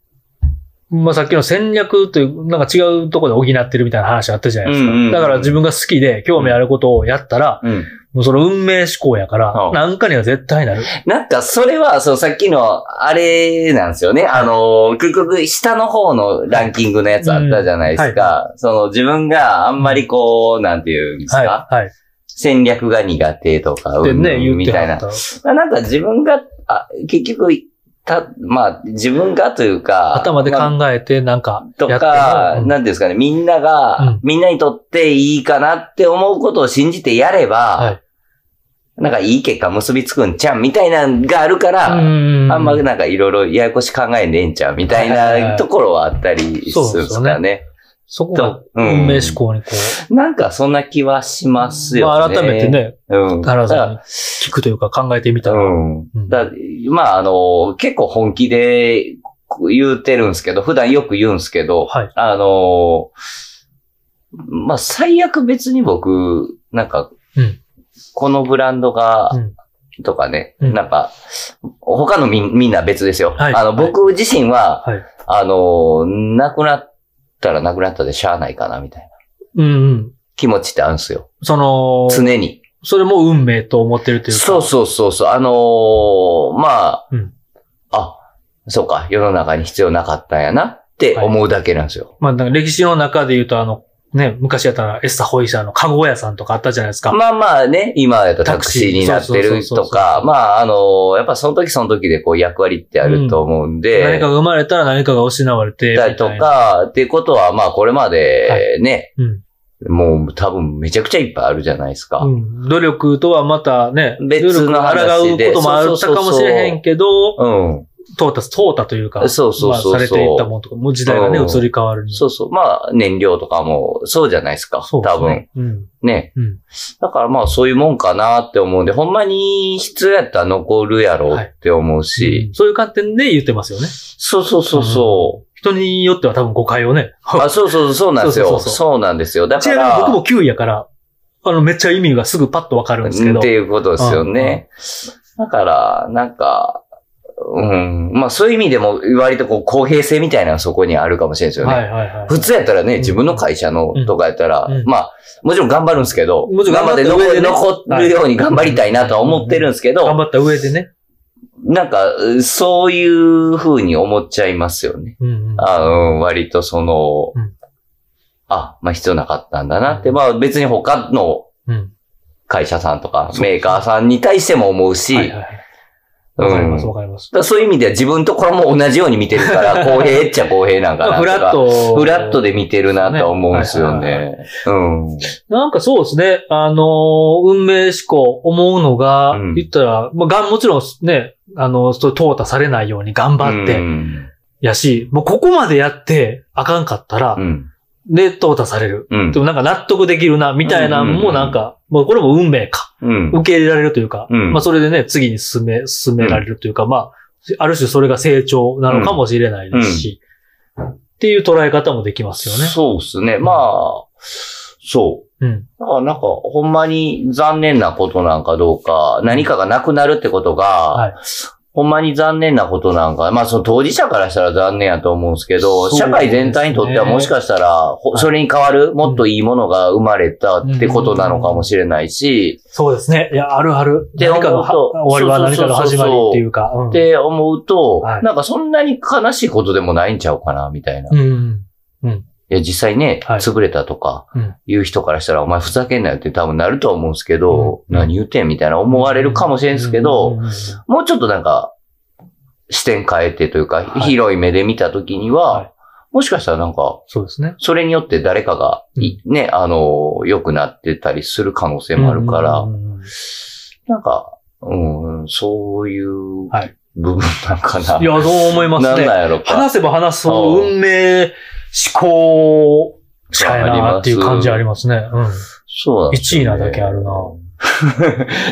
B: まあ、さっきの戦略という、なんか違うところで補ってるみたいな話あったじゃないですか。
C: うんうんうん
B: だから自分が好きで興味あることをやったら、
C: うん。
B: もうその運命思考やから、
C: うん
B: なんかには絶対なる。
C: なんか、それは、そのさっきの、あれなんですよね。あの、結局、下の方のランキングのやつあったじゃないですか。その、自分があんまりこう、なんていうんですか、
B: はい。はい。
C: 戦略が苦手とか、
B: で
C: うん
B: ね、
C: ぬん
B: 言っ
C: み
B: て
C: たい
B: はっ
C: な。
B: た。
C: なんか自分が、あ結局、た、まあ、自分がというか、
B: 頭で
C: まあ
B: 考えて、なんか、
C: と
B: やって
C: か、
B: もうん
C: なんていうんですかね、みんなが、
B: うん
C: みんなにとっていいかなって思うことを信じてやれば、
B: はい
C: なんかいい結果結びつくんちゃんみたいなんがあるから、あ
B: あ
C: んまなんかいろいろややこし考えねえんちゃうみたい
B: はいはいは
C: ないところはあったりするんですかね。
B: そこが
C: とうん
B: 運命思考にこ
C: なんかそんな気はし
B: う。
C: ますよね。
B: まあ、改めて。ね、
C: うん。
B: 原
C: だ
B: さ
C: か
B: ん
C: ら
B: に聞くというか考えてみたら。
C: うん。
B: うん
C: だまあ、あの、結構本気で言うてるんですけど、普段よく言うんですけど、
B: はい
C: あの、まあ、最悪別に僕、なんか、
B: うん
C: このブランドが、
B: うん
C: とかね、
B: うん
C: なんか、他のみみんな別ですよ。
B: はい
C: あ
B: は
C: の、
B: い
C: 僕自身は、
B: はい
C: あの、亡くなったら亡くなったでしゃあないかな、みたいな
B: うんうん。
C: 気持ちってあるんですよ。
B: その、
C: 常に。
B: それも運命と思ってるというか。
C: そうそうそうそう。あのーまあ、
B: うん
C: あ、そうか、世の中に必要なかったんやなって思うだけなんですよ。
B: まあ、なんか歴史の中で言うと、あの、ね、昔やったらエッサホイシャーのカゴ屋さんとかあったじゃないですか。
C: まあまあね、今やったらタクシーになって
B: タク
C: る
B: シーそうそうそ
C: と
B: うそう
C: か、まああのーやっぱその時その時でこう役割ってあると思うんで、
B: 何かが生まれたら何かが失われて、みた
C: だ
B: い
C: り
B: な
C: とか、っていうことはまあこれまでね、
B: うん。
C: もう多分めちゃくちゃいっぱいあるじゃないですか。
B: うん。努力とはまたね、
C: 別の話
B: 努力に抗
C: で
B: うこともあったかもしれへんけど、
C: うん
B: 淘汰、淘汰というか、
C: そうそうそうそう
B: まあ、されていったものとか、もう時代がね、
C: うん
B: 移り変わるに。
C: そうそう。まあ、燃料とかも、そうじゃないですか。
B: そうです
C: 多分。
B: ね。うん。
C: ね。
B: うん
C: だからまあ、そういうもんかなって思うんで、ほんまに必要やったら残るやろうって思うし、
B: そういう観点で言ってますよね。
C: そうそうそうそう。
B: 人によっては多分誤解をね。
C: あ、そうそうそう、そうなんですよ。そ
B: そううそうそう
C: なんですよ。だ
B: ち
C: か
B: なみに
C: ら、
B: 僕も9位やから、あの、めっちゃ意味がすぐパッとわかるんですけ
C: っ
B: ど
C: て。いうことですよね。だから、なんか、うん。まあ、そういう意味でも、割とこう、公平性みたいなのはそこにあるかもしれないですよね。
B: はいはいはい。
C: 普通やったら
B: う
C: ね、
B: ん
C: 自分の会社のとかやったら、
B: うんうん
C: まあ、もちろん頑張るんですけど、
B: もちろん
C: 頑張って
B: 頑張
C: 残
B: った上でね
C: 残るように頑張りたいなとは思ってるんですけ
B: 頑
C: ど、
B: 張った上でね。
C: なんか、うそういう風に思っちゃいますよね。
B: うんうん。
C: あうん割とその、
B: うん
C: あ、まあ必要なかったんだなって、
B: うん
C: まあ別に他の
B: うん。
C: 会社さんとか
B: そう
C: メーカーさんに対しても思うし、
B: はいはいはい。
C: うん
B: わかりますわかります。
C: だからそういう意味では自分とこれも同じように見てるから、公平っちゃ公平なんかな
B: まあフ
C: と
B: ラ
C: か。
B: ッ。ト。
C: フラットで見てるなとは思うんですよ
B: はいはい
C: ね。うん。
B: なんかそうですね。あのー運命思考、思うのが、
C: うん
B: 言ったら、まあ、がん、もちろんね、あの、そう、淘汰されないように頑張って、
C: うん
B: やし、もうここまでやって、あかんかったら、
C: うん。
B: で、淘汰される。
C: うん
B: で。もなんか納得できるな、みたいなのもなんか、もうこれも運命か。
C: うん。
B: 受け入れられるというか、
C: うん
B: まあそれでね、次に進め、進められるというか、まあ、ある種それが成長なのかもしれないですし、っていう捉え方もできますよね。
C: そうですね。まあ、そう。
B: うん。
C: だからなんか、ほんまに残念なことなんかどうか、何かがなくなるってことが、
B: はい
C: ほんまに残念なことなんか、まあその当事者からしたら残念やと思うんですけ
B: そ
C: ど、
B: うです
C: 社
B: ね
C: 会全体にとってはもしかしたら、ほ
B: はい
C: それに代わるもっといいものが生まれたってことなのかもしれないし、
B: そうですね。いや、あるある。
C: で
B: 何かのは
C: 思うと
B: 終わりは何かの
C: そうそうそ
B: 始
C: うそう
B: まりっていうか。うん
C: って思うと、
B: はい
C: なんかそんなに悲しいことでもないんちゃうかな、みたいな。
B: うん。
C: いや、実際ね、
B: はい
C: 潰れたとか
B: うん、
C: いう人からしたら、お前ふざけんなよって多分なると思うんですけど、
B: うん
C: 何言ってんみたいな思われるかもしれんすけ
B: うん
C: ど、
B: うんうん
C: もうちょっとなんか、視点変えてというか、
B: はい
C: 広い目で見たときには、
B: はい
C: もしかしたらなんか、
B: そうですね。
C: それによって誰かがい、ね、あの、良くなってたりする可能性もあるから、
B: うんうんうん
C: なんか、うん、そういう
B: はい
C: 部分なんかな。
B: いや、そう思いま
C: な
B: す
C: ん
B: ね。
C: なんやろか。
B: 話せば話すほ
C: う
B: ど運命思考しかやなっていう感じありますね。うん。
C: そうなんですよ
B: 1
C: ね
B: 位なだけあるな。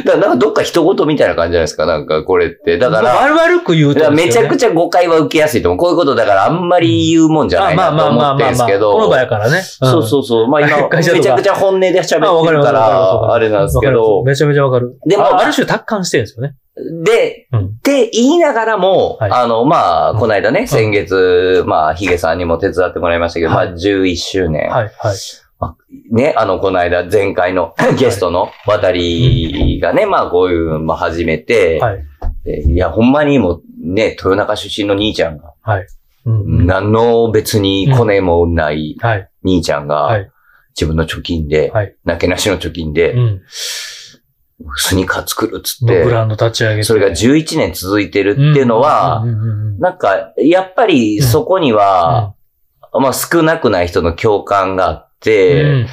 C: だからなんかどっか人言みたいな感じじゃないですか、なんかこれって。だから、
B: 悪悪く言う
C: だ
B: と
C: か
B: ですよ
C: ら
B: ね。
C: めちゃくちゃ誤解は受けやすいと思う。こういうことだからあんまり言うもんじゃないなと思ってるんですけど。
B: この場やからね。
C: そうそうそう。まあ今、め
B: 会社とか
C: ちゃくちゃ本音で
B: うん。あ、
C: 喋っ
B: わ
C: て
B: かり
C: る
B: ます。
C: か
B: わかりますわ
C: ら、あ
B: かり
C: れ
B: ます
C: なんですけ
B: わ
C: ど
B: かります。めちゃめちゃわかる。
C: でも
B: あある種達観してるんですよね。
C: で、
B: うん
C: って言いながらも、
B: はい
C: あの、まあ、
B: うん
C: この間ね、先月、まあ、ヒゲさんにも手伝ってもらいましたけど、
B: はい
C: まあ、11周年。
B: はい、はい。
C: ね、あの、この間、前回のゲストの渡りがね、まあ、こういう、まあ、始めて、
B: はい。
C: でいや、ほんまにもうね、豊中出身の兄ちゃんが、
B: うん。
C: 何の別にコネもない
B: はい。
C: 兄ちゃん
B: は
C: が
B: い、
C: 自分の貯金で、
B: はい
C: なけなしの貯金
B: う
C: で、
B: ん。
C: スニーカー作るっつっ
B: の
C: て
B: ブ、ランド立ち上げて。
C: それが11年続いてるっていうのは
B: う、んうんうんうん
C: なんか、やっぱりそこには、まあ少なくない人の共感があっ
B: うんう
C: て、
B: ん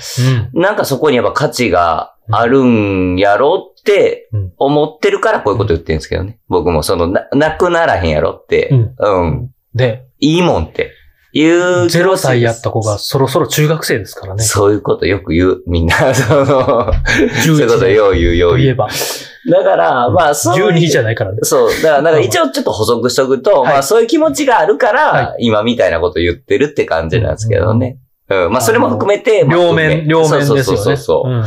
C: なんかそこにやっぱ価値があるんやろって
B: うん、
C: 思ってるからこういうこと言ってるんですけどね。僕もその、な、なくならへんやろって、
B: うん
C: うん。
B: で、
C: いいもんって、いう。
B: 0歳やった子がそろそろ中学生ですからね。
C: そういうことよく言う、みんな。その、そういうこと
B: 11
C: よう言う、よう
B: とい
C: 言
B: え
C: う。
B: ば、
C: だから、まあ、そう。
B: 12じゃないからね。
C: そう。だから、なんか一応ちょっと補足しとくと、
B: はい
C: まあそういう気持ちがあるから、
B: は
C: 今みたいなこと言ってるって感じなんですけどね。うん。まあそれも含めて、まあ
B: 両面、両面ですよね。
C: そうそうそうそうう、
B: んう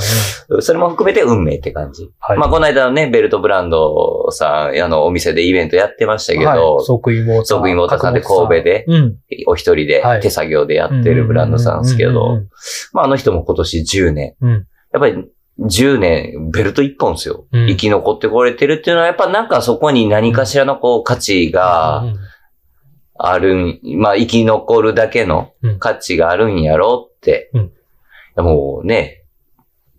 B: ん
C: それも含めて運命って感じ。
B: はい
C: まあこの間のね、ベルトブランドさん、あの、お店でイベントやってましたけど、
B: はい、即位モーター。
C: 即位モーターさんで
B: 角
C: 神戸で
B: うん。
C: お一人で
B: はい
C: 手作業でやってるブランドさんですけ
B: う
C: ど、
B: ん
C: まああの人も今年10年。
B: うん
C: やっぱり10年、ベルト1本ですよ。
B: うんうんうん。
C: 生き残ってこれてるっていうのは、やっぱなんかそこに何かしらのこう価値
B: う
C: が
B: ん
C: あるん、まあ生き残るだけの
B: うん
C: 価値があるんやろって。
B: うん
C: いやもうね、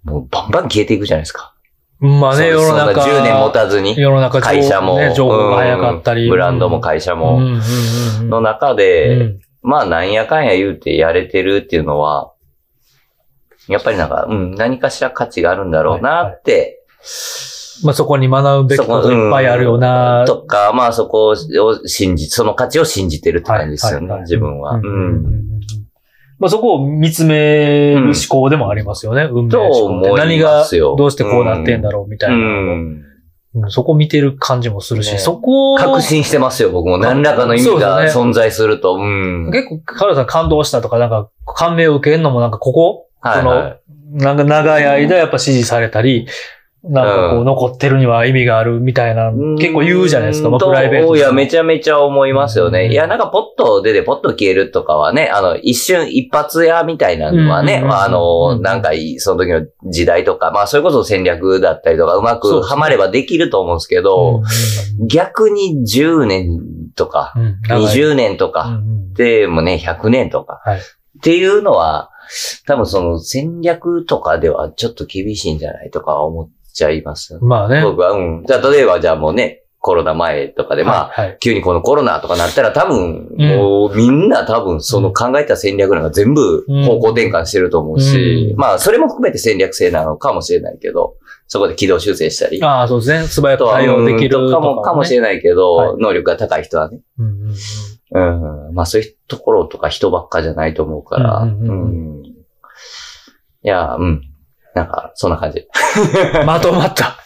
C: もうバンバン消えていくじゃないですか。
B: うん。まあね、
C: そ
B: 世
C: う
B: の
C: そんな
B: 中。
C: 10年持たずに、
B: 世の中情報
C: 会社も、
B: ね、情報が早かった
C: う
B: り。
C: んブランドも会社
B: うん
C: も、
B: うんうんうん
C: の中
B: う
C: で、
B: ん
C: まあなんやかんや言うてやれてるっていうのは、やっぱりなんか、うん、何かしら価値があるんだろうなって、
B: まあそこに学ぶべきこといっぱいあるよな。
C: とか、まあそこを信じ、その価値を信じてるって感じです
B: は
C: よね、
B: いはいはい
C: 自分は。う。
B: うんうんうんうんんまあそこを見つめる思考でもありますよね。運命
C: と
B: 思考って。
C: 思
B: 何
C: い
B: が
C: ますよ
B: どうしてこうなってんだろうみたいな。
C: うん
B: うんそこ見てる感じもするし、
C: ね
B: そこを
C: 確信してますよ、僕も。何らかの意
B: そ
C: 味
B: うだ
C: が
B: ね
C: 存在すると。うん。
B: 結構、カルさん感動したとか、なんか、感銘を受けるのもなんかここ、
C: はいは
B: その、
C: い
B: なんか長い間やっぱ支持されたり、なんかこ
C: う
B: う、
C: ん
B: 残ってるには意味があるみたいな、結構言うじゃないですか、まあ、プライベート
C: と
B: で
C: い
B: も
C: や、めちゃめちゃ思いますよ
B: う
C: ね。
B: ん
C: いや、なんかポッと出てポッと消えるとかはね、あの、一瞬一発屋みたいなのはね、
B: うん
C: まあ、あ
B: う
C: の、
B: ん
C: なんかいい、その時の時代とか、まあ、それこそ戦略だったりとか、うま
B: そう
C: く
B: ですね
C: はまればできると思うんですけ
B: うん
C: ど、逆に10年とか、
B: うん、長い
C: 20年と
B: う
C: か、
B: んうん
C: でもね、100年とか、
B: はい
C: っていうのは、多分その戦略とかではちょっと厳しいんじゃないとか思っちゃいますよね。
B: まあね。
C: 僕は、うん。じゃあ、例えばじゃあもうね、コロナ前とかで、まあ、
B: はいはい
C: 急にこのコロナとかなったら多分、
B: うん
C: もうみんな多分その考えた戦略なんか全部
B: うん
C: 方向転換してると思うし、
B: うん
C: まあそれも含めて戦略性なのかもしれないけど、そこで軌道修正したり、
B: ああ、そうですね。素早
C: あと
B: く
C: は
B: 対応できる
C: う
B: と
C: んと
B: か
C: か
B: もね、
C: もかもしれないけど、
B: はい
C: 能力が高い人はね、
B: うんうんうん
C: うん、まあそういうところとか人ばっかじゃないと思うから、
B: うんうんう
C: うんいや、うん。なんか、そんな感 じ。
B: まとまった。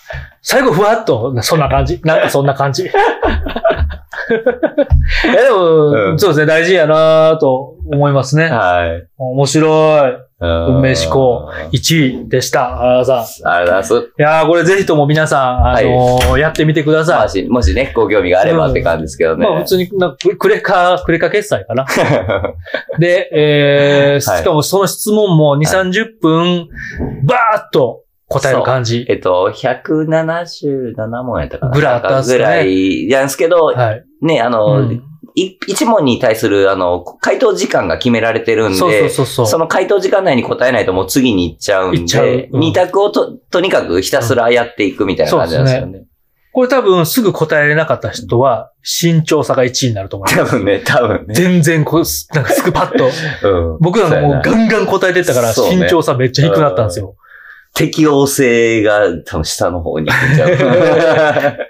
B: 最後、ふわっと、そんな感じ。なんかそんな感 じ。いや、でも、
C: うん
B: そうですね、大事やなぁと思いますね。
C: はい。
B: 面白
C: 運
B: 命思考
C: ありがとう
B: い。1位でした、原田さ
C: ございます。
B: ん。いやーこれぜひとも皆さん、あのーやってみてくだ
C: ま
B: さ
C: あ
B: い。
C: しもしね、ご興味があればって感じですけどね。
B: まあ、普通になんか、クレカ、クレカ決済 かな。で、えー、
C: はい
B: しかもその質問も2、30分、ばーっと答える感じ。
C: えっと、177問やったかな
B: ぐらいあったんすね
C: ぐらいなんですけど、
B: はい。
C: ね、あ
B: う
C: の、
B: ん
C: い一問に対する、あの、回答時間が決められてるんで、
B: そうそうそうそう。
C: その回答時間内に答えないともう次に行っちゃうんで、
B: 行っちゃううん
C: 二択をと、とにかくひたすらやっていくみたいな感じなんですよね。
B: これ多分すぐ答えれなかった人は、慎重さが1位になると思います。
C: 多分ね、多分ね。
B: 全然こう、なんかすぐパッ と。
C: うん
B: 僕なんかもう
C: そうやな
B: ガンガン答えてったから、
C: そう
B: 慎
C: ね
B: 重さめっちゃ低くなったんですよ。
C: 適応性が多分下の方に行っ ちゃう。
B: ね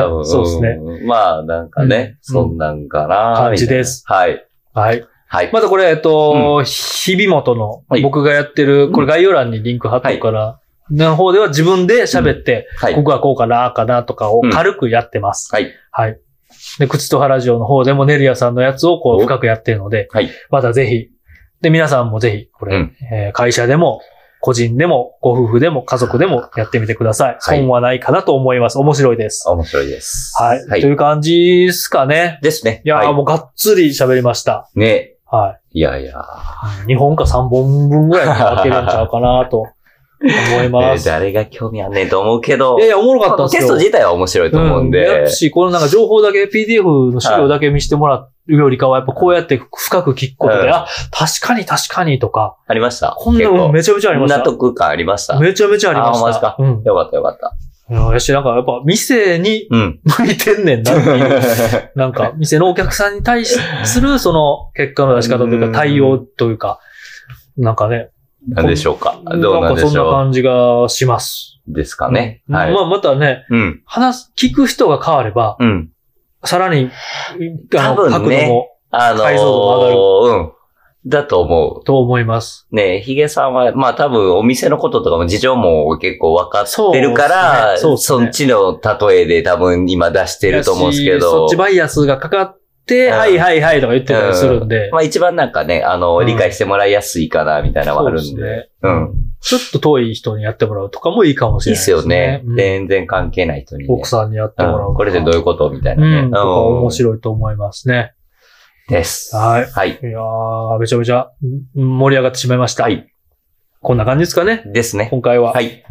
C: 多分
B: そうですね。。
C: んまあ、なんか
B: う
C: ね、
B: ん
C: そんなんかな。
B: 感じです
C: みたいな。はい。
B: はい。
C: はい。
B: またこれ、えっと、日々元の
C: はい
B: 僕がやってる、これ概要欄にリンク貼っとくから、の方では自分で喋って、
C: はい。
B: ここはこうかな、ああかなとかを軽くやってます。
C: はい。
B: はい。で、靴と原城の方でもネリアさんのやつをこう
C: お
B: 深くやってるので、
C: はい。
B: またぜひ。で、皆さんもぜひ、これ、
C: うん
B: えー会社でも、個人でも、ご夫婦でも、家族でもやってみてください。
C: はい
B: 損はないかなと思います。面白いです。
C: 面白いです。
B: はい。
C: は
B: とい
C: い。
B: う感じですかね。
C: ですね。
B: いやー、
C: は
B: もうがっつり喋りました。
C: ね。
B: はい
C: やいや。
B: い。2本か3本分ぐらいに分けるんちゃうかなと思いま
C: ね
B: す。
C: 誰が興味あんねんと思うけど
B: いやい、や、おもろかった
C: ま
B: んで
C: あ
B: す
C: テ
B: よ。
C: スト自体は面白いと思うんで。
B: やっし、このなんか情報だけ、PDF の資料だけ見せてもらうよりかは、やっぱこうやって深く聞くこと
C: う
B: で、
C: ん
B: あ、確かに確かにとか、
C: ありました。
B: こんな
C: 結
B: の
C: 構
B: めちゃめちゃありました
C: 納。得感ありました。
B: めちゃめちゃありました。
C: あマジか
B: うん。
C: よかったよかった。
B: いややし、なんかやっぱ店に
C: うん。
B: 向いてんねんな っていう。なんか店のお客さんに対しするその結果の出し方という
C: う
B: か
C: ん
B: 対応というか、なんかね。
C: なんでしょうか。どうな
B: か
C: んで
B: そん
C: し
B: な
C: ょう。
B: 感じがします。
C: ですかね。
B: うん
C: はい
B: ま。あ、またね、
C: うん。
B: 話す、聞く人が変われば、
C: うん。
B: さらに、あ
C: 多
B: の、
C: 分
B: 角
C: ね
B: 度も、
C: あのー
B: 解像度も
C: うん。だと思
B: と思います。
C: う。ねヒゲさんは、まあ多分お店のこととかも事情も結構分かってるから、
B: そう
C: そ
B: っすねそうっすね
C: っちの例えで多分今出してると思うんですけ
B: やしそ
C: ど
B: っち。バイアスがかかって、
C: うん
B: はいはいはいとか言ってたりするんで。
C: まあ一番なんかね、あの、
B: うん
C: 理解してもらいやすいかな、みたいなのはあるん
B: そう
C: で。
B: ですね
C: うん。
B: ちょっと遠い人にやってもらうとかもいいかもし
C: いい
B: れ
C: っ
B: ない
C: すよね。
B: うん
C: 全然関係ない人にね。
B: 奥さんにやってもらう
C: う
B: と
C: ん
B: か。
C: これでどういうことみたいなね。
B: うん、とか面白いと思いますね。
C: い。です。
B: はい
C: はい。
B: いやー、めちゃめちゃうん盛り上がってしまいました。
C: はい。
B: こんな感じですかね、
C: ですね。
B: 今回は。
C: はい。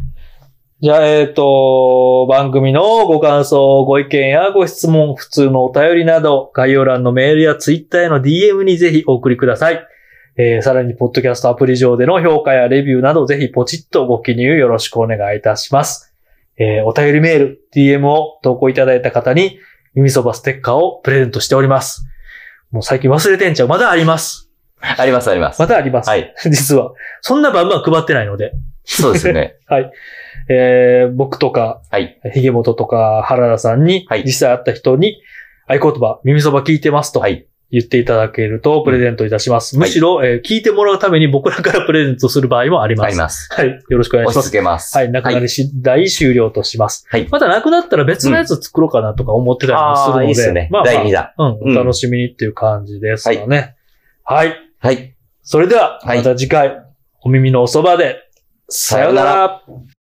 B: じゃあ、えっ、と、番組のご感想、ご意見やご質問、普通のお便りなど、概要欄のメールやツイッターへの DM にぜひお送りください。えー、さらに、ポッドキャストアプリ上での評価やレビューなど、ぜひポチッとご記入よろしくお願いいたします。えー、お便りメール、DM を投稿いただいた方に、耳そばステッカーをプレゼントしております。もう最近忘れてんちゃう。まだあります。
C: あります、あります。
B: まだあります。
C: はい。
B: 実は。そんなバンバン配ってないので。
C: そうです よね。
B: えー、僕とか、
C: はい。
B: ひげもととか原田さんに、
C: はい
B: 実際会った人に、合言葉、耳そば聞いてますと
C: はい。
B: 言っていただけるとプレゼントいたします。
C: はい
B: むしろ、えー聞いてもらうために僕らからプレゼントする場合もあり
C: あ
B: ま
C: り
B: す。
C: ます。
B: はい。よろしくお願いし
C: 押し
B: ま
C: 付
B: す。
C: けます。
B: はい。なくなり次第終了とします。
C: はい
B: またなくなったら別のやつ作ろうかなとか思ってたりもするの
C: あ
B: で。
C: あ、いいっすね。
B: まあ、まあ
C: 第2弾。
B: うん。お楽しみにっていう感じですかね。はい。
C: はい。
B: それでは、
C: はい
B: また次回、お耳のおそばで、さような
C: さよう
B: ら。